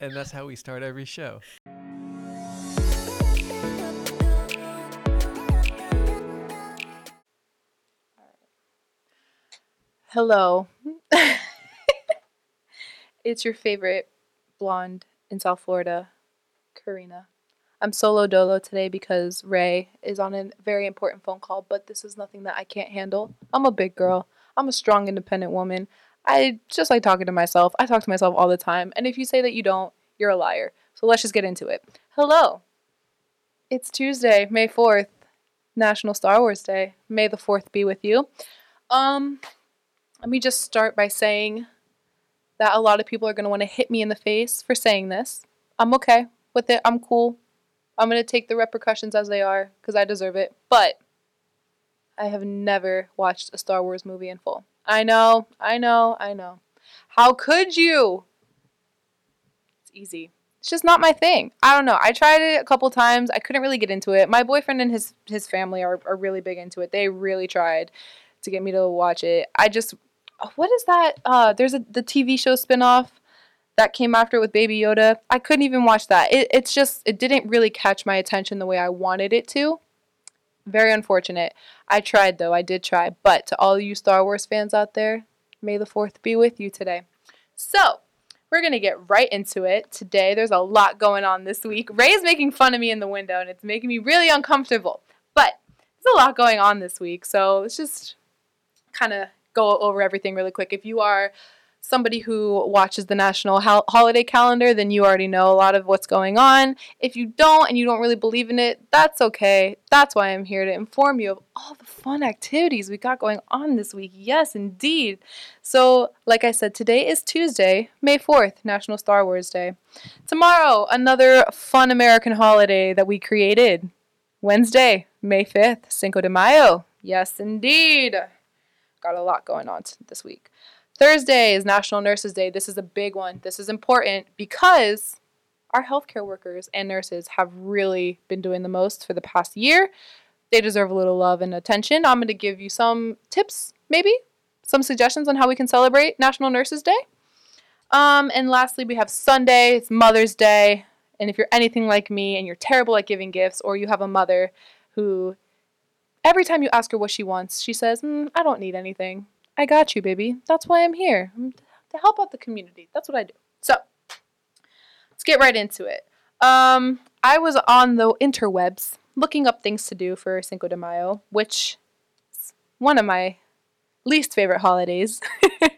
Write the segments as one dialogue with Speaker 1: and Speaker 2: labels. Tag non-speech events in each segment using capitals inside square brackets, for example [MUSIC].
Speaker 1: And that's how we start every show.
Speaker 2: Hello. [LAUGHS] it's your favorite blonde in South Florida, Karina. I'm solo dolo today because Ray is on a very important phone call, but this is nothing that I can't handle. I'm a big girl. I'm a strong, independent woman. I just like talking to myself. I talk to myself all the time. And if you say that you don't, you're a liar. So let's just get into it. Hello. It's Tuesday, May 4th, National Star Wars Day. May the 4th be with you. Um, let me just start by saying that a lot of people are going to want to hit me in the face for saying this. I'm okay with it. I'm cool. I'm going to take the repercussions as they are because I deserve it. But I have never watched a Star Wars movie in full. I know, I know, I know. How could you? It's easy. It's just not my thing. I don't know. I tried it a couple times. I couldn't really get into it. My boyfriend and his his family are, are really big into it. They really tried to get me to watch it. I just what is that? Uh, there's a the TV show spinoff that came after it with Baby Yoda. I couldn't even watch that. It, it's just it didn't really catch my attention the way I wanted it to. Very unfortunate. I tried though. I did try. But to all you Star Wars fans out there, may the fourth be with you today. So. We're gonna get right into it today. There's a lot going on this week. Ray's making fun of me in the window, and it's making me really uncomfortable. But there's a lot going on this week, so it's just kind of go over everything really quick. If you are somebody who watches the national hol- holiday calendar, then you already know a lot of what's going on. If you don't and you don't really believe in it, that's okay. That's why I'm here to inform you of all the fun activities we got going on this week. Yes, indeed. So, like I said, today is Tuesday, May 4th, National Star Wars Day. Tomorrow, another fun American holiday that we created. Wednesday, May 5th, Cinco de Mayo. Yes, indeed got a lot going on t- this week. Thursday is National Nurses Day. This is a big one. This is important because our healthcare workers and nurses have really been doing the most for the past year. They deserve a little love and attention. I'm going to give you some tips, maybe some suggestions on how we can celebrate National Nurses Day. Um, and lastly, we have Sunday. It's Mother's Day. And if you're anything like me and you're terrible at giving gifts, or you have a mother who Every time you ask her what she wants, she says, mm, I don't need anything. I got you, baby. That's why I'm here. I'm t- to help out the community. That's what I do. So, let's get right into it. Um, I was on the interwebs looking up things to do for Cinco de Mayo, which is one of my least favorite holidays.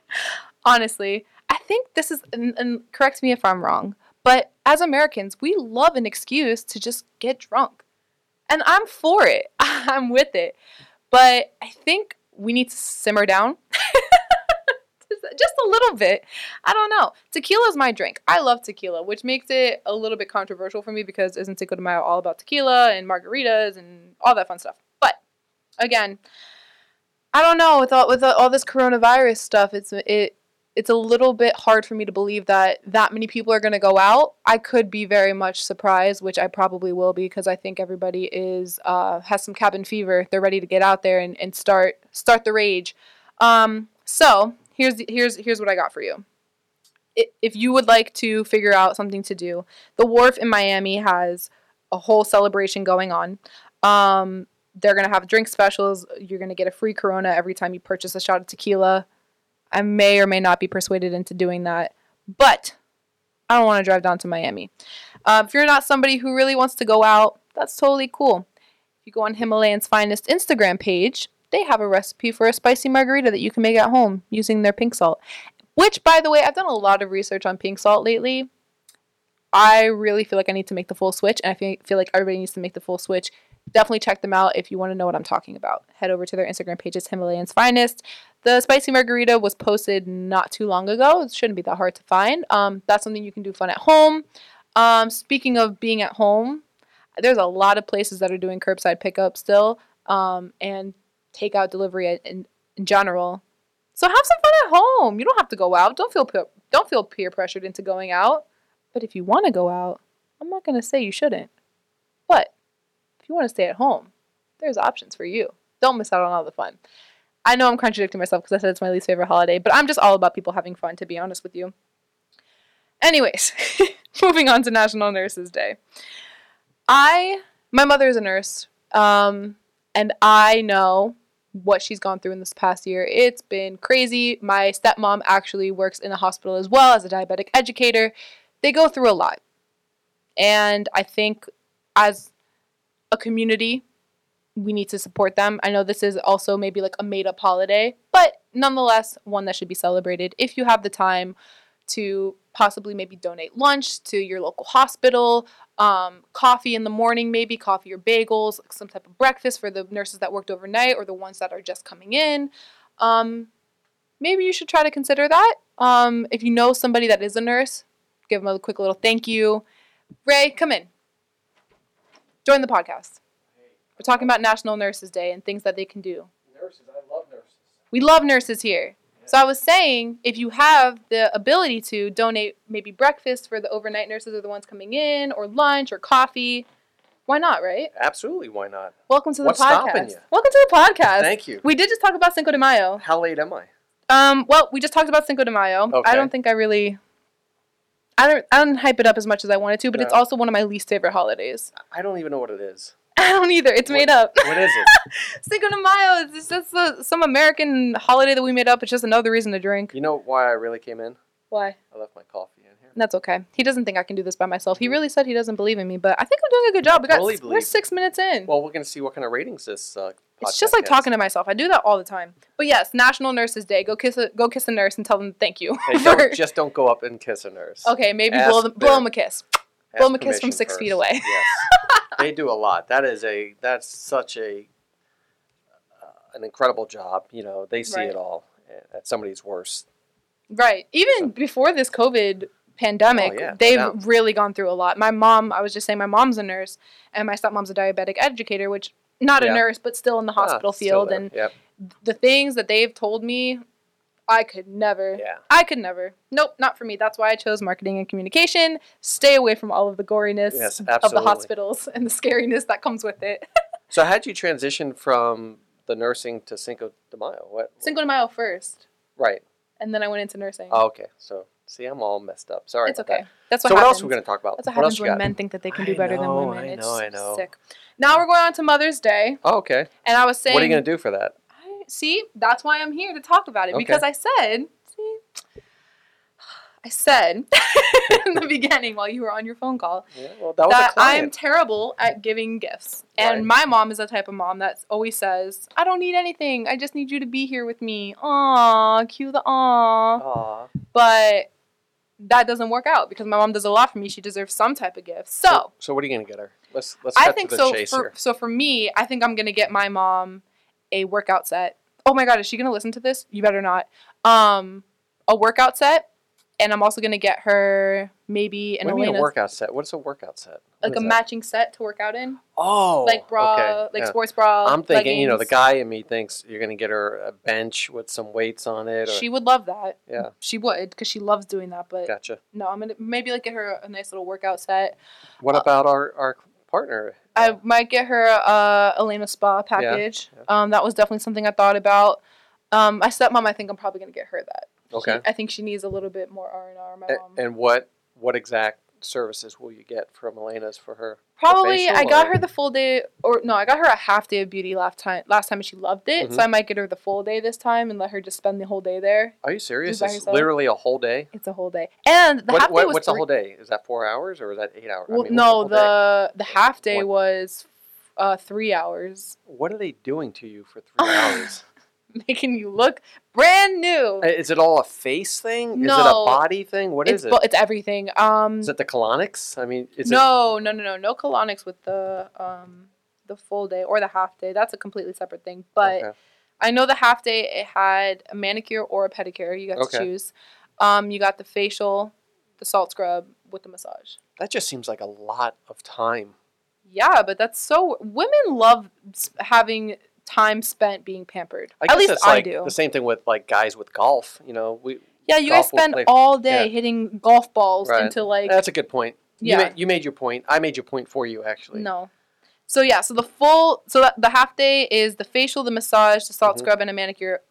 Speaker 2: [LAUGHS] Honestly, I think this is, and, and correct me if I'm wrong, but as Americans, we love an excuse to just get drunk and I'm for it. [LAUGHS] I'm with it. But I think we need to simmer down [LAUGHS] just a little bit. I don't know. Tequila is my drink. I love tequila, which makes it a little bit controversial for me because isn't Cinco de Mayo all about tequila and margaritas and all that fun stuff? But again, I don't know. With all with all this coronavirus stuff, it's it it's a little bit hard for me to believe that that many people are going to go out. I could be very much surprised, which I probably will be because I think everybody is uh, has some cabin fever. They're ready to get out there and, and start start the rage. Um, so here's the- here's here's what I got for you. I- If you would like to figure out something to do, the wharf in Miami has a whole celebration going on. Um, they're gonna have drink specials. You're gonna get a free Corona every time you purchase a shot of tequila. I may or may not be persuaded into doing that, but I don't want to drive down to Miami. Um, if you're not somebody who really wants to go out, that's totally cool. If you go on Himalayan's Finest Instagram page, they have a recipe for a spicy margarita that you can make at home using their pink salt. Which, by the way, I've done a lot of research on pink salt lately. I really feel like I need to make the full switch, and I feel, feel like everybody needs to make the full switch. Definitely check them out if you want to know what I'm talking about. Head over to their Instagram pages, Himalayan's Finest. The spicy margarita was posted not too long ago. It shouldn't be that hard to find. Um, that's something you can do fun at home. Um, speaking of being at home, there's a lot of places that are doing curbside pickup still um, and takeout delivery in- in, in general. So have some fun at home. You don't have to go out. Don't feel peer, don't feel peer pressured into going out. But if you want to go out, I'm not gonna say you shouldn't. But if you want to stay at home, there's options for you. Don't miss out on all the fun. I know I'm contradicting myself because I said it's my least favorite holiday, but I'm just all about people having fun, to be honest with you. Anyways, [LAUGHS] moving on to National Nurses Day. I, my mother is a nurse, um, and I know what she's gone through in this past year. It's been crazy. My stepmom actually works in a hospital as well as a diabetic educator. They go through a lot. And I think as a community, we need to support them. I know this is also maybe like a made up holiday, but nonetheless, one that should be celebrated if you have the time to possibly maybe donate lunch to your local hospital, um, coffee in the morning, maybe coffee or bagels, like some type of breakfast for the nurses that worked overnight or the ones that are just coming in. Um, maybe you should try to consider that. Um, if you know somebody that is a nurse, give them a quick little thank you. Ray, come in. Join the podcast. We're talking about National Nurses Day and things that they can do.
Speaker 3: Nurses, I love nurses.
Speaker 2: We love nurses here. So I was saying, if you have the ability to donate maybe breakfast for the overnight nurses or the ones coming in, or lunch or coffee, why not, right?
Speaker 3: Absolutely, why not?
Speaker 2: Welcome to the
Speaker 3: What's
Speaker 2: podcast.
Speaker 3: stopping you?
Speaker 2: Welcome to the podcast.
Speaker 3: Thank you.
Speaker 2: We did just talk about Cinco de Mayo.
Speaker 3: How late am I?
Speaker 2: Um, well, we just talked about Cinco de Mayo. I
Speaker 3: Okay.
Speaker 2: don't think I really, I don't, I don't hype it up as much as I wanted to, but it's
Speaker 3: No.
Speaker 2: also one of my least favorite holidays. [LAUGHS]
Speaker 3: I don't even know what it is.
Speaker 2: I don't either. It's
Speaker 3: What-
Speaker 2: made up.
Speaker 3: What is it?
Speaker 2: Cinco de Mayo is just a, some American holiday that we made up. It's just another reason to drink.
Speaker 3: you know why I really came in?
Speaker 2: Why?
Speaker 3: I left my coffee in here.
Speaker 2: That's okay. He doesn't think I can do this by myself. He really said he doesn't believe in me, but I think I'm doing a good job. We got
Speaker 3: Mm. totally
Speaker 2: we're
Speaker 3: believe
Speaker 2: six minutes in.
Speaker 3: Well, we're gonna see what kind of ratings this. Uh,
Speaker 2: it's just like talking to myself. I do that all the time. But yes, National Nurses Day. Go kiss a go kiss a nurse and tell them thank you.
Speaker 3: Hey,
Speaker 2: for- [LAUGHS]
Speaker 3: don't, just don't go up and kiss a nurse.
Speaker 2: okay, maybe
Speaker 3: ask
Speaker 2: blow them,
Speaker 3: their-
Speaker 2: blow them a kiss.
Speaker 3: Ask
Speaker 2: blow 'em a kiss from
Speaker 3: permission
Speaker 2: six feet
Speaker 3: first.
Speaker 2: away. [LAUGHS]
Speaker 3: Yes, they do a lot. That is a that's such a uh, an incredible job. You know, they see
Speaker 2: Right.
Speaker 3: it all uh, at somebody's worst.
Speaker 2: Right. Even
Speaker 3: So-
Speaker 2: before this COVID pandemic,
Speaker 3: Oh, yeah, no
Speaker 2: they've
Speaker 3: doubt.
Speaker 2: really gone through a lot. My mom, I was just saying, my mom's a nurse, and my stepmom's a diabetic educator, which not a
Speaker 3: Yeah.
Speaker 2: nurse, but still in the
Speaker 3: Ah,
Speaker 2: hospital
Speaker 3: still
Speaker 2: field.
Speaker 3: there.
Speaker 2: And
Speaker 3: Yep.
Speaker 2: the things that they've told me, I could never.
Speaker 3: yeah,
Speaker 2: I could never. Nope, not for me. That's why I chose marketing and communication. Stay away from all of the goriness
Speaker 3: Yes,
Speaker 2: of the
Speaker 3: absolutely.
Speaker 2: hospitals [LAUGHS] and the scariness that comes with it.
Speaker 3: So how'd you transition from the nursing to Cinco de Mayo? What
Speaker 2: Cinco de Mayo first,
Speaker 3: right?
Speaker 2: and then I went into nursing.
Speaker 3: Oh, okay. So see, I'm all messed up. Sorry.
Speaker 2: it's
Speaker 3: about
Speaker 2: okay.
Speaker 3: that.
Speaker 2: That's what
Speaker 3: so what
Speaker 2: happens.
Speaker 3: else are we gonna talk about?
Speaker 2: That's what
Speaker 3: What else
Speaker 2: happens
Speaker 3: you
Speaker 2: when
Speaker 3: got?
Speaker 2: men think that they can
Speaker 3: I
Speaker 2: do better
Speaker 3: know,
Speaker 2: than women.
Speaker 3: I
Speaker 2: it's
Speaker 3: know, I know.
Speaker 2: sick. Now we're going on to Mother's Day,
Speaker 3: Oh, okay.
Speaker 2: and I was saying,
Speaker 3: What are you gonna do for that?
Speaker 2: I, see, that's why I'm here to talk about it
Speaker 3: Okay.
Speaker 2: because I said, see, I said [LAUGHS]
Speaker 3: [LAUGHS]
Speaker 2: in the beginning while you were on your phone call
Speaker 3: Yeah, well, that was
Speaker 2: that
Speaker 3: a
Speaker 2: I
Speaker 3: Oh,
Speaker 2: am
Speaker 3: client.
Speaker 2: terrible at giving gifts. And my mom is the type of mom that always says, I don't need anything. I just need you to be here with me. Aw, cue the aw.
Speaker 3: Aw.
Speaker 2: But that doesn't work out because my mom does a lot for me. She deserves some type of gift. So
Speaker 3: so what are you gonna get her? Let's let's
Speaker 2: I
Speaker 3: cut
Speaker 2: think
Speaker 3: to the
Speaker 2: so.
Speaker 3: chase
Speaker 2: For,
Speaker 3: here.
Speaker 2: so for me, I think I'm going to get my mom a workout set. Oh my God, is she going to listen to this? You better not. Um, a workout set. And I'm also going to get her maybe an
Speaker 3: What do you mean
Speaker 2: Elena,
Speaker 3: a workout set? What's a workout set? What
Speaker 2: like
Speaker 3: is
Speaker 2: a
Speaker 3: that?
Speaker 2: matching set to work out in.
Speaker 3: Oh,
Speaker 2: like bra,
Speaker 3: okay,
Speaker 2: like
Speaker 3: yeah.
Speaker 2: sports bra.
Speaker 3: I'm thinking, you know, the
Speaker 2: leggings.
Speaker 3: guy in me thinks you're gonna get her a bench with some weights on it. Or,
Speaker 2: She would love that.
Speaker 3: yeah,
Speaker 2: She would, because she loves doing that. But
Speaker 3: gotcha.
Speaker 2: no, I'm gonna maybe like get her a nice little workout set.
Speaker 3: What about our our partner?
Speaker 2: Uh, I might get her a uh, Elena spa package. Um, that was definitely something I thought about. Um, my stepmom, I think I'm probably gonna get her that. She-
Speaker 3: Okay.
Speaker 2: I think she needs a little bit more R and R. My
Speaker 3: A-
Speaker 2: mom.
Speaker 3: and what what exact services will you get from Elena's for her?
Speaker 2: Probably
Speaker 3: facial
Speaker 2: I got
Speaker 3: or-
Speaker 2: her the full day, or no, I got her a half day of beauty last time. Last time, and she loved it. So
Speaker 3: Mhm.
Speaker 2: I might get her the full day this time and let her just spend the whole day there.
Speaker 3: Are you serious?
Speaker 2: by
Speaker 3: It's
Speaker 2: herself?
Speaker 3: literally a whole day.
Speaker 2: It's a whole day, and the
Speaker 3: What,
Speaker 2: half day
Speaker 3: what,
Speaker 2: was
Speaker 3: what's
Speaker 2: three-
Speaker 3: a whole day? Is that four hours or is that eight hours? I
Speaker 2: Well,
Speaker 3: mean, what's a
Speaker 2: no,
Speaker 3: whole day?
Speaker 2: the the half day
Speaker 3: One.
Speaker 2: was uh, three hours, [LAUGHS]
Speaker 3: What are they doing to you for
Speaker 2: [SIGHS]
Speaker 3: three hours?
Speaker 2: making you look brand new.
Speaker 3: I- is it all a face thing? Is it
Speaker 2: No.
Speaker 3: a body thing? What
Speaker 2: it's
Speaker 3: is it?
Speaker 2: bu- it's everything. Um,
Speaker 3: Is it the colonics? I mean, is it
Speaker 2: no, no, no, no, no colonics with the um the full day or the half day. That's a completely separate thing. But
Speaker 3: okay.
Speaker 2: I know the half day it had a manicure or a pedicure. You got
Speaker 3: Okay.
Speaker 2: to choose. Um, you got the facial, the salt scrub with the massage.
Speaker 3: that just seems like a lot of time.
Speaker 2: Yeah, but that's so women love s- having time spent being pampered.
Speaker 3: I guess
Speaker 2: At least
Speaker 3: it's
Speaker 2: I
Speaker 3: like
Speaker 2: do.
Speaker 3: the same thing with like guys with golf. You know, we
Speaker 2: Yeah, you guys
Speaker 3: Golf will
Speaker 2: spend
Speaker 3: play-
Speaker 2: all day
Speaker 3: yeah.
Speaker 2: hitting golf balls
Speaker 3: Right.
Speaker 2: into like
Speaker 3: that's a good point.
Speaker 2: Yeah.
Speaker 3: You, ma- you made your point. I made your point for you actually.
Speaker 2: no. So yeah, so the full so that the half day is the facial, the massage, the salt
Speaker 3: Mhm.
Speaker 2: scrub, and a manicure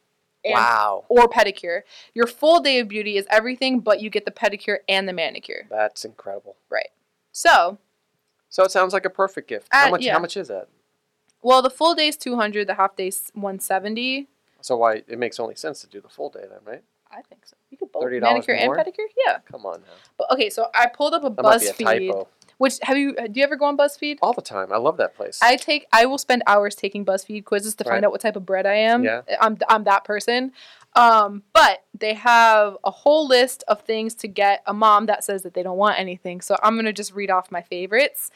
Speaker 2: and
Speaker 3: wow,
Speaker 2: or pedicure. Your full day of beauty is everything, but you get the pedicure and the manicure.
Speaker 3: that's incredible.
Speaker 2: So,
Speaker 3: So it sounds like a perfect gift. How
Speaker 2: Uh,
Speaker 3: much?
Speaker 2: yeah.
Speaker 3: How much is that?
Speaker 2: well, the full day is 200, the half day is 170.
Speaker 3: So why it makes only sense to do the full day then, right?
Speaker 2: I think so. You could both
Speaker 3: $30
Speaker 2: manicure
Speaker 3: more?
Speaker 2: and pedicure? Yeah.
Speaker 3: Come on now.
Speaker 2: But okay, so I pulled up a
Speaker 3: That might be a
Speaker 2: BuzzFeed,
Speaker 3: typo.
Speaker 2: which have you do you ever go on BuzzFeed?
Speaker 3: All the time. I love that place.
Speaker 2: I take I will spend hours taking BuzzFeed quizzes to find
Speaker 3: Right.
Speaker 2: out what type of bread I am.
Speaker 3: Yeah.
Speaker 2: I'm I'm that person. Um, but they have a whole list of things to get a mom that says that they don't want anything. So I'm gonna just read off my favorites.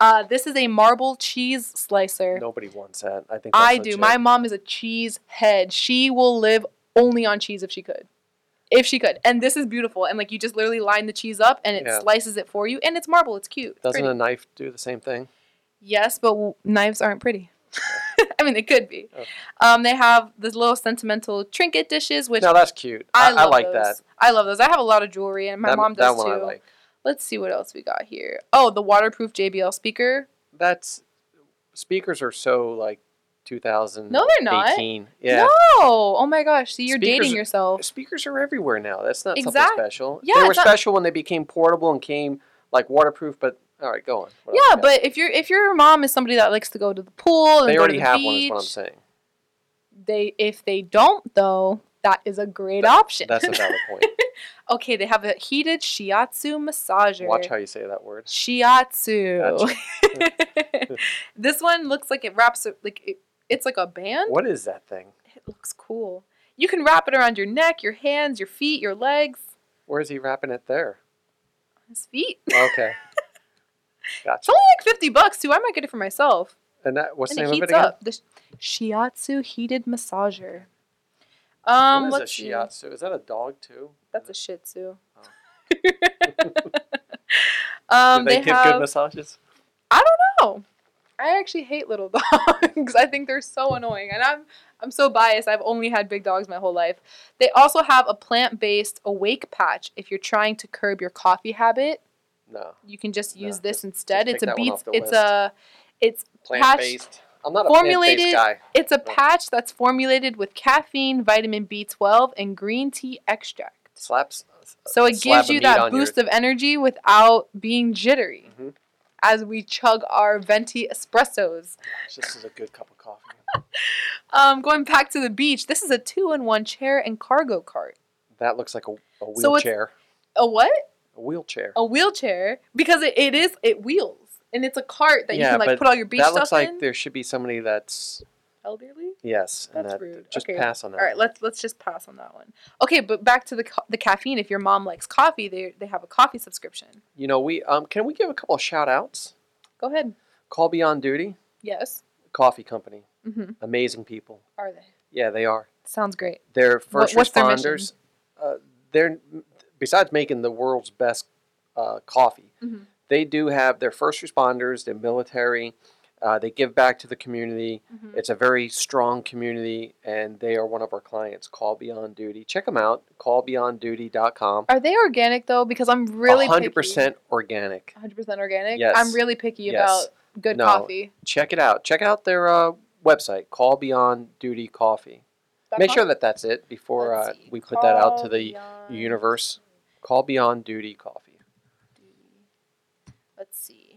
Speaker 2: Uh, this is a marble cheese slicer.
Speaker 3: Nobody wants that. I think that's
Speaker 2: I do.
Speaker 3: legit.
Speaker 2: My mom is a cheese head. She will live only on cheese if she could. If she could. And this is beautiful. And like you just literally line the cheese up and it
Speaker 3: Yeah.
Speaker 2: slices it for you and it's marble. It's cute. It's
Speaker 3: doesn't
Speaker 2: pretty.
Speaker 3: a knife do the same thing?
Speaker 2: Yes, but w- knives aren't pretty. [LAUGHS] I mean, they could be.
Speaker 3: Oh.
Speaker 2: Um, they have the little sentimental trinket dishes, which
Speaker 3: No, that's cute.
Speaker 2: I,
Speaker 3: I,
Speaker 2: love
Speaker 3: like
Speaker 2: those.
Speaker 3: that.
Speaker 2: I love those. I have a lot of jewelry, and my
Speaker 3: that,
Speaker 2: mom
Speaker 3: that
Speaker 2: does
Speaker 3: one
Speaker 2: too.
Speaker 3: I like.
Speaker 2: Let's see what else we got here. Oh, the waterproof JBL speaker.
Speaker 3: That's speakers are so like 2000.
Speaker 2: No, they're not.
Speaker 3: Yeah.
Speaker 2: No. Oh my gosh. See, you're dating
Speaker 3: Speakers-
Speaker 2: yourself.
Speaker 3: Speakers are everywhere now. That's not
Speaker 2: Exact-
Speaker 3: something special.
Speaker 2: Yeah,
Speaker 3: they were
Speaker 2: it's not-
Speaker 3: special when they became portable and came like waterproof. But all right, go on. What else
Speaker 2: Yeah,
Speaker 3: you got?
Speaker 2: but if your if your mom is somebody that likes to go to the pool and
Speaker 3: they
Speaker 2: go
Speaker 3: already
Speaker 2: to the
Speaker 3: have
Speaker 2: beach,
Speaker 3: one. Is what I'm saying.
Speaker 2: they if they don't though, that is a great option.
Speaker 3: That's a valid point.
Speaker 2: [LAUGHS] okay, they have a heated shiatsu massager.
Speaker 3: Watch how you say that word.
Speaker 2: Shiatsu. [LAUGHS] this one looks like it wraps a- like it, it's like a band.
Speaker 3: What is that thing?
Speaker 2: It looks cool. You can wrap it around your neck, your hands, your feet, your legs,
Speaker 3: Where is he wrapping it there?
Speaker 2: his feet. [LAUGHS]
Speaker 3: Okay.
Speaker 2: It's
Speaker 3: Gotcha.
Speaker 2: only like fifty bucks too. I might get it for myself.
Speaker 3: And that what's
Speaker 2: and
Speaker 3: the
Speaker 2: it
Speaker 3: name of it
Speaker 2: heats
Speaker 3: again?
Speaker 2: up. The sh- shiatsu heated massager. Um,
Speaker 3: what
Speaker 2: let's
Speaker 3: is a
Speaker 2: see.
Speaker 3: shiatsu? Is that a dog too?
Speaker 2: That's a
Speaker 3: Is
Speaker 2: Shih Tzu.
Speaker 3: Oh. it-
Speaker 2: [LAUGHS]
Speaker 3: Do Oh.
Speaker 2: um,
Speaker 3: they,
Speaker 2: they,
Speaker 3: give
Speaker 2: have.
Speaker 3: good massages?
Speaker 2: no, I actually hate little [LAUGHS] dogs. I think they're so annoying, and I'm I'm so biased. I've only had big dogs my whole life. They also have a plant-based awake patch. If you're trying to curb your coffee habit,
Speaker 3: No.
Speaker 2: you can just
Speaker 3: No,
Speaker 2: use
Speaker 3: just-
Speaker 2: this instead.
Speaker 3: just
Speaker 2: It's
Speaker 3: take
Speaker 2: a
Speaker 3: that one
Speaker 2: beats.
Speaker 3: off the
Speaker 2: It's
Speaker 3: list.
Speaker 2: a it's
Speaker 3: Plant based. I'm not a
Speaker 2: formulated-
Speaker 3: plant based guy.
Speaker 2: it's a
Speaker 3: Right.
Speaker 2: patch that's formulated with caffeine, vitamin B12, and green tea extract.
Speaker 3: Slaps.
Speaker 2: So it
Speaker 3: slab
Speaker 2: gives
Speaker 3: of
Speaker 2: you
Speaker 3: meat
Speaker 2: that
Speaker 3: on your-
Speaker 2: boost of energy without being jittery [LAUGHS]
Speaker 3: Mhm.
Speaker 2: as we chug our venti espressos.
Speaker 3: Gosh, This is a good cup of coffee.
Speaker 2: Um, going back to the beach, this is a two in one chair and cargo cart.
Speaker 3: That looks like a, a
Speaker 2: it's- Oh,
Speaker 3: wheelchair.
Speaker 2: A what?
Speaker 3: a wheelchair.
Speaker 2: A wheelchair because it, it is, it wheels. And it's a cart that you
Speaker 3: Yeah,
Speaker 2: can like
Speaker 3: but
Speaker 2: put all your beach
Speaker 3: that
Speaker 2: stuff
Speaker 3: looks like
Speaker 2: in.
Speaker 3: there should be somebody that's
Speaker 2: Elderly?
Speaker 3: yes. and
Speaker 2: That's
Speaker 3: that,
Speaker 2: rude.
Speaker 3: Just
Speaker 2: Okay.
Speaker 3: pass on that.
Speaker 2: All right,
Speaker 3: one.
Speaker 2: let's let's just pass on that one. Okay, but back to the ca- the caffeine. If your mom likes coffee, they they have a coffee subscription.
Speaker 3: You know, we um, can we give a couple of shout outs?
Speaker 2: Go ahead.
Speaker 3: Call Beyond Duty
Speaker 2: Yes.
Speaker 3: Coffee Company.
Speaker 2: Mm-hmm.
Speaker 3: Amazing people.
Speaker 2: Are they?
Speaker 3: Yeah, they are.
Speaker 2: Sounds great.
Speaker 3: They're first
Speaker 2: what's their mission?
Speaker 3: responders. uh, they're besides making the world's best uh, coffee,
Speaker 2: Mhm.
Speaker 3: they do have their first responders, their military. Uh, they give back to the community.
Speaker 2: Mhm.
Speaker 3: It's a very strong community, and they are one of our clients. Call Beyond Duty. Check them out. CallBeyondDuty.com.
Speaker 2: Are they organic though? Because I'm really
Speaker 3: hundred
Speaker 2: picky.
Speaker 3: percent organic.
Speaker 2: 100% organic.
Speaker 3: Yes.
Speaker 2: I'm really picky
Speaker 3: Yes.
Speaker 2: about good
Speaker 3: No.
Speaker 2: coffee.
Speaker 3: Check it out. Check out their uh, website. Call Beyond Duty Coffee. Make sure that that's it before uh,
Speaker 2: Let's see.
Speaker 3: we put that out
Speaker 2: Call
Speaker 3: to the
Speaker 2: Beyond
Speaker 3: universe. Call Beyond Duty Coffee.
Speaker 2: Duty. Let's see.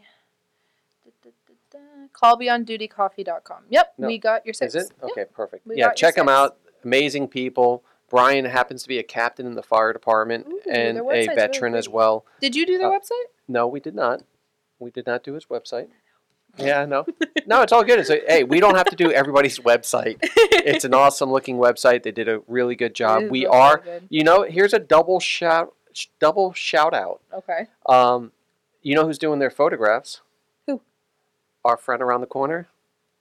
Speaker 2: Da-da-da-da. Callbeyonddutycoffee.com. Yep,
Speaker 3: No.
Speaker 2: we got your six.
Speaker 3: Is it?
Speaker 2: Yep.
Speaker 3: Okay, perfect.
Speaker 2: We
Speaker 3: yeah,
Speaker 2: got your
Speaker 3: check them
Speaker 2: six.
Speaker 3: out. Amazing people. Brian happens to be a captain in the fire department
Speaker 2: Ooh, their
Speaker 3: and
Speaker 2: website's
Speaker 3: a
Speaker 2: really
Speaker 3: veteran as
Speaker 2: pretty.
Speaker 3: well.
Speaker 2: Did you do their
Speaker 3: Uh,
Speaker 2: website?
Speaker 3: No, we did not. We did not do his website. Yeah, I know. no, it's all good. It's a, hey, we don't have to do everybody's website.
Speaker 2: [LAUGHS]
Speaker 3: It's an awesome looking website. They did a really good job.
Speaker 2: It
Speaker 3: We
Speaker 2: looks really
Speaker 3: are,
Speaker 2: good.
Speaker 3: you know, here's a double shout, sh- double shout out.
Speaker 2: Okay.
Speaker 3: Um, you know who's doing their photographs?
Speaker 2: Who?
Speaker 3: Our friend around the corner.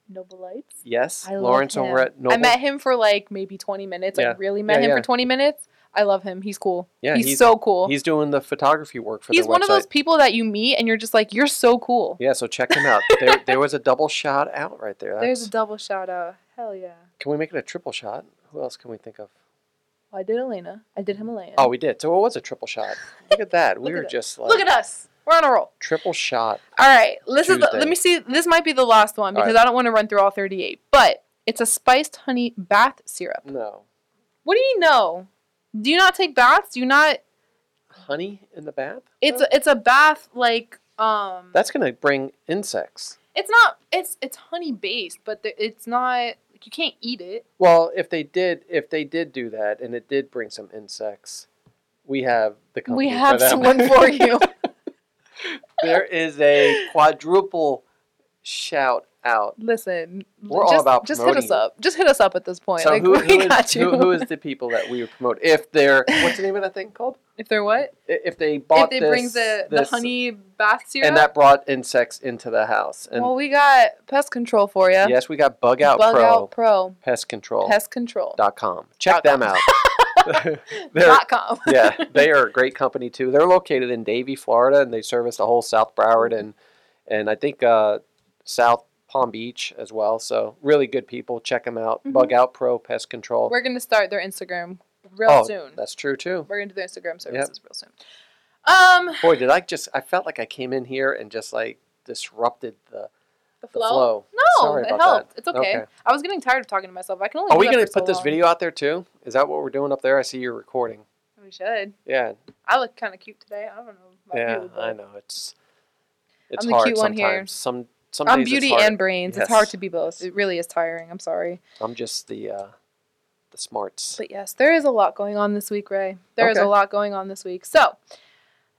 Speaker 2: Noble Lights.
Speaker 3: Yes,
Speaker 2: I love
Speaker 3: Lawrence over
Speaker 2: him.
Speaker 3: at Noble.
Speaker 2: I met him for like maybe 20 minutes. I
Speaker 3: Yeah.
Speaker 2: really met
Speaker 3: Yeah,
Speaker 2: him
Speaker 3: yeah.
Speaker 2: for 20 minutes. I love him. He's cool.
Speaker 3: Yeah,
Speaker 2: he's,
Speaker 3: he's-
Speaker 2: so cool. He's,
Speaker 3: He's doing the photography work for their
Speaker 2: one of
Speaker 3: website.
Speaker 2: those people that you meet and you're just like, you're so cool.
Speaker 3: Yeah, so check them out.
Speaker 2: [LAUGHS]
Speaker 3: There, there was a double shot out right there.
Speaker 2: There's a
Speaker 3: That's-
Speaker 2: double shout out. Hell yeah.
Speaker 3: can we make it a triple shot? Who else can we think of?
Speaker 2: Well, I did Elena. I did Himalayan.
Speaker 3: Oh, we did. So it was a triple
Speaker 2: [LAUGHS]
Speaker 3: shot. Look at that. We
Speaker 2: Look at
Speaker 3: were
Speaker 2: it.
Speaker 3: just like
Speaker 2: Look at us. We're on a roll.
Speaker 3: triple shot.
Speaker 2: All right. This is the,
Speaker 3: Tuesday.
Speaker 2: let me see. This might be the last one
Speaker 3: All right.
Speaker 2: because I don't want to run through all 38, but it's a spiced honey bath syrup.
Speaker 3: No,
Speaker 2: What do you know? Do you not take baths? Do you not?
Speaker 3: Honey in the bath?
Speaker 2: It's a, it's a bath like um.
Speaker 3: That's gonna bring insects.
Speaker 2: it's not. It's it's honey based, but the, it's not. You can't eat it.
Speaker 3: Well, if they did, if they did do that, and it did bring some insects, we have the company.
Speaker 2: we have
Speaker 3: for them. [LAUGHS]
Speaker 2: someone for you.
Speaker 3: there is a quadruple shout out.
Speaker 2: [LAUGHS] Listen,
Speaker 3: We're all
Speaker 2: just,
Speaker 3: about
Speaker 2: just hit us
Speaker 3: promoting.
Speaker 2: up. Just hit us up at this point.
Speaker 3: So
Speaker 2: like
Speaker 3: who,
Speaker 2: we
Speaker 3: who is-
Speaker 2: Oh, got you.
Speaker 3: who- who is the people that we would promote if they're what's the name of that thing called?
Speaker 2: if they're what?
Speaker 3: I- If they bought
Speaker 2: if they
Speaker 3: this,
Speaker 2: bring the, the
Speaker 3: this-
Speaker 2: honey bath syrup.
Speaker 3: and that brought insects into the house. And
Speaker 2: well, we got pest control for you.
Speaker 3: yes, we got Bug Out
Speaker 2: Oh, Bug
Speaker 3: Pro
Speaker 2: out pro
Speaker 3: Pest Control
Speaker 2: pest control
Speaker 3: dot com. Check them out.
Speaker 2: [LAUGHS]
Speaker 3: [LAUGHS] They're-
Speaker 2: dot com.
Speaker 3: [LAUGHS] yeah, they are a great company too. They're located in Davie, Florida, and they service the whole South Broward and and I think uh, South Palm Beach as well. So really good people. Check them out.
Speaker 2: Mhm.
Speaker 3: Bug Out Pro Pest Control.
Speaker 2: [LAUGHS] We're gonna start their Instagram real
Speaker 3: oh,
Speaker 2: soon.
Speaker 3: that's true too.
Speaker 2: We're gonna do their Instagram services real soon. Um,
Speaker 3: Boy, did I just I felt like I came in here and just like disrupted the, the
Speaker 2: the flow.
Speaker 3: flow.
Speaker 2: No,
Speaker 3: Sorry
Speaker 2: it
Speaker 3: about
Speaker 2: helped.
Speaker 3: that.
Speaker 2: It's okay.
Speaker 3: Okay.
Speaker 2: I was getting tired of talking to myself. I can only.
Speaker 3: Are
Speaker 2: do
Speaker 3: we
Speaker 2: that
Speaker 3: gonna
Speaker 2: for so
Speaker 3: put this
Speaker 2: long.
Speaker 3: video out there too? Is that what we're doing up there? I see you're recording.
Speaker 2: We should.
Speaker 3: Yeah,
Speaker 2: I look kind of cute today. I don't know. about
Speaker 3: yeah,
Speaker 2: you, but-
Speaker 3: I know. It's it's
Speaker 2: I'm the
Speaker 3: hard
Speaker 2: cute one
Speaker 3: sometimes.
Speaker 2: here.
Speaker 3: Some some
Speaker 2: I'm
Speaker 3: days it's
Speaker 2: beauty
Speaker 3: hard.
Speaker 2: and brains. It's
Speaker 3: Yes.
Speaker 2: hard to be both. It really is tiring. I'm sorry.
Speaker 3: I'm just the uh, the smarts.
Speaker 2: But yes, there is a lot going on this week, Ray. There is
Speaker 3: Okay.
Speaker 2: a lot going on this week. So, I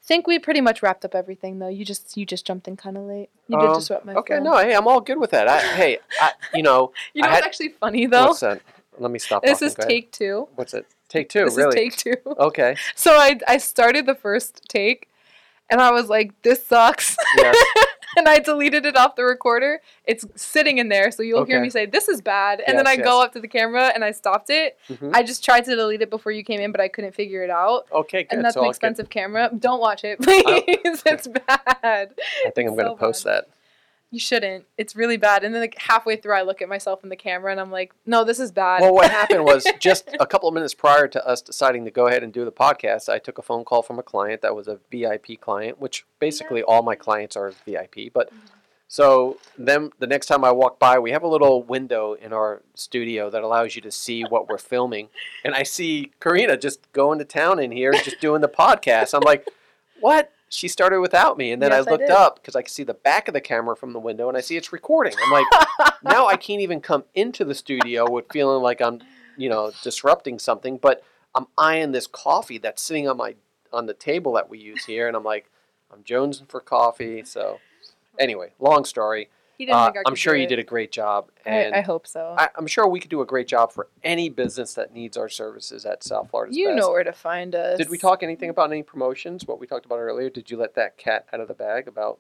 Speaker 2: think we pretty much wrapped up everything though. You just you just jumped in kind of late. You did
Speaker 3: Um,
Speaker 2: disrupt my
Speaker 3: Okay,
Speaker 2: flow.
Speaker 3: no, hey, I'm all good with that. I, hey, I, you
Speaker 2: [LAUGHS]
Speaker 3: know,
Speaker 2: You know
Speaker 3: I
Speaker 2: what's
Speaker 3: had-
Speaker 2: actually funny though?
Speaker 3: what's that? Let me stop.
Speaker 2: This
Speaker 3: talking,
Speaker 2: is
Speaker 3: go ahead.
Speaker 2: take 2.
Speaker 3: What's it? Take two,
Speaker 2: this
Speaker 3: really?
Speaker 2: is take 2.
Speaker 3: okay.
Speaker 2: So I I started the first take and I was like this sucks
Speaker 3: Yes.
Speaker 2: [LAUGHS] and I deleted it off the recorder. It's sitting in there so you'll hear
Speaker 3: Okay.
Speaker 2: me say this is bad and then I
Speaker 3: Yes,
Speaker 2: go
Speaker 3: yes.
Speaker 2: up to the camera and I stopped it.
Speaker 3: Mhm.
Speaker 2: I just tried to delete it before you came in but I couldn't figure it out.
Speaker 3: Okay, good.
Speaker 2: and that's
Speaker 3: so
Speaker 2: an
Speaker 3: I'll get-
Speaker 2: expensive camera. Don't watch it, [LAUGHS] please. it's bad.
Speaker 3: I think I'm going
Speaker 2: It's
Speaker 3: to
Speaker 2: so
Speaker 3: post that.
Speaker 2: You shouldn't. It's really bad. And then like halfway through, I look at myself in the camera and I'm like, no, this is bad.
Speaker 3: Well, what happened
Speaker 2: [LAUGHS]
Speaker 3: was just a couple of minutes prior to us deciding to go ahead and do the podcast, I took a phone call from a client that was a VIP client, which basically all my clients are VIP. But
Speaker 2: Mm-hmm.
Speaker 3: so then the next time I walk by, we have a little window in our studio that allows you to see what we're filming. And I see Karina just going to town in here, just doing the podcast. I'm like, what? She started without me, and then
Speaker 2: Yes,
Speaker 3: I
Speaker 2: I
Speaker 3: looked
Speaker 2: did.
Speaker 3: up because I could see the back of the camera from the window, and I see it's recording. I'm like,
Speaker 2: [LAUGHS]
Speaker 3: now I can't even come into the studio with feeling like I'm, you know, disrupting something. But I'm eyeing this coffee that's sitting on my on the table that we use here, and I'm like, I'm jonesing for coffee. So, anyway, long story.
Speaker 2: he
Speaker 3: Uh,
Speaker 2: think I
Speaker 3: I'm
Speaker 2: could
Speaker 3: sure
Speaker 2: do
Speaker 3: you
Speaker 2: it.
Speaker 3: did a great job, and
Speaker 2: I, I hope so.
Speaker 3: I, I'm sure we could do a great job for any business that needs our services at South Florida's
Speaker 2: you
Speaker 3: Best.
Speaker 2: know where to find us.
Speaker 3: Did we talk anything about any promotions? What we talked about earlier? Did you let that cat out of the bag about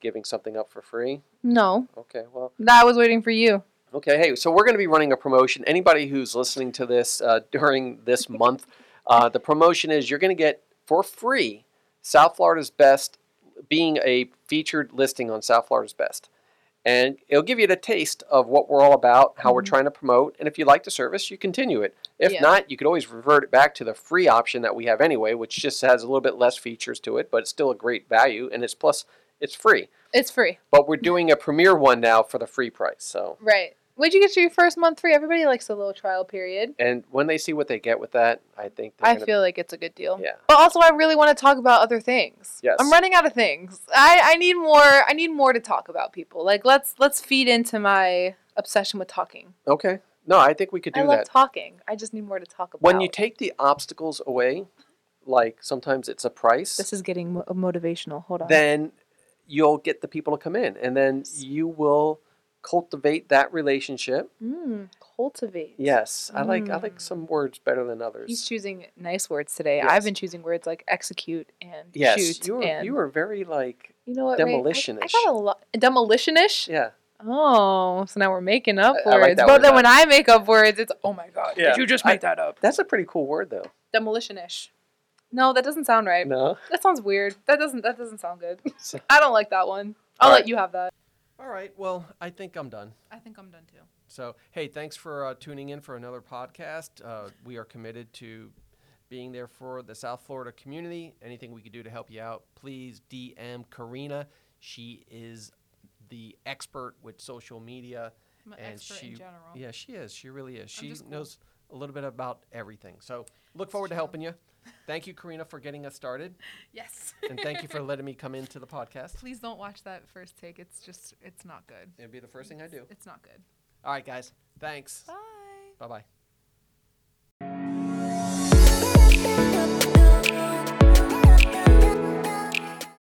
Speaker 3: giving something up for free?
Speaker 2: No,
Speaker 3: Okay, well,
Speaker 2: I was waiting for you.
Speaker 3: okay. Hey, so we're going to be running a promotion. Anybody who's listening to this uh, [LAUGHS] during this month, uh, the promotion is you're going to get for free South Florida's Best being a featured listing on South Florida's Best. And it'll give you the taste of what we're all about, how we're
Speaker 2: Mhm.
Speaker 3: trying to promote, and if you like the service, you continue it. If
Speaker 2: Yeah.
Speaker 3: not, you could always revert it back to the free option that we have anyway, which just has a little bit less features to it, but it's still a great value, and it's plus it's free.
Speaker 2: It's free,
Speaker 3: But we're doing a premier one now for the free price, so
Speaker 2: right? Would you get your first month free? Everybody likes a little trial period.
Speaker 3: And when they see what they get with that, I think they're
Speaker 2: I
Speaker 3: gonna,
Speaker 2: feel like it's a good deal.
Speaker 3: yeah.
Speaker 2: But also, I really want to talk about other things.
Speaker 3: Yes.
Speaker 2: I'm running out of things. I, I need more. I need more to talk about people. Like let's let's feed into my obsession with talking.
Speaker 3: Okay. No, I think we could
Speaker 2: I
Speaker 3: do
Speaker 2: love
Speaker 3: that.
Speaker 2: talking. I just need more to talk about.
Speaker 3: when you take the obstacles away, like sometimes it's a price,
Speaker 2: this is getting mo- motivational. Hold on.
Speaker 3: then you'll get the people to come in, and then
Speaker 2: Yes.
Speaker 3: you will cultivate that relationship.
Speaker 2: mm, cultivate.
Speaker 3: Yes, I like I like
Speaker 2: Mm.
Speaker 3: some words better than others.
Speaker 2: He's choosing nice words today.
Speaker 3: Yes.
Speaker 2: I've been choosing words like execute and
Speaker 3: yes,
Speaker 2: shoot
Speaker 3: you were
Speaker 2: and
Speaker 3: you were very like
Speaker 2: you know what Ray? I- I,
Speaker 3: demolitionish.
Speaker 2: got a lot demolitionish.
Speaker 3: yeah.
Speaker 2: Oh, so now we're making up
Speaker 3: I- I like
Speaker 2: words.
Speaker 3: that
Speaker 2: but
Speaker 3: word
Speaker 2: then
Speaker 3: better.
Speaker 2: when I make up words, it's oh my god,
Speaker 3: Yeah.
Speaker 2: did you just
Speaker 3: I-
Speaker 2: make that up?
Speaker 3: That's a pretty cool word though.
Speaker 2: Demolitionish. No, that doesn't sound right.
Speaker 3: No.
Speaker 2: That sounds weird. That doesn't that doesn't
Speaker 3: [LAUGHS]
Speaker 2: sound good. [LAUGHS]
Speaker 3: So-
Speaker 2: I don't like that one. I'll
Speaker 3: All
Speaker 2: let
Speaker 3: right.
Speaker 2: you have that.
Speaker 1: All right. Well, I think I'm done.
Speaker 2: I think I'm done too.
Speaker 1: So, hey, thanks for uh, tuning in for another podcast. Uh, we are committed to being there for the South Florida community. Anything we could do to help you out, please DM Karina. She is the expert with social media.
Speaker 2: I'm
Speaker 1: an And expert in she-
Speaker 2: general.
Speaker 1: Yeah, she is. She really is. She
Speaker 2: Oh. just cool.
Speaker 1: knows
Speaker 3: a little bit about everything. So look forward to helping you. Thank you, Karina, for getting us started,
Speaker 2: Yes. [LAUGHS]
Speaker 3: and thank you for letting me come into the podcast.
Speaker 2: Please don't watch that first take. It's just, it's not good.
Speaker 3: It'd be the first thing I do.
Speaker 2: It's not good.
Speaker 3: All right, guys. Thanks.
Speaker 2: Bye.
Speaker 3: Bye bye.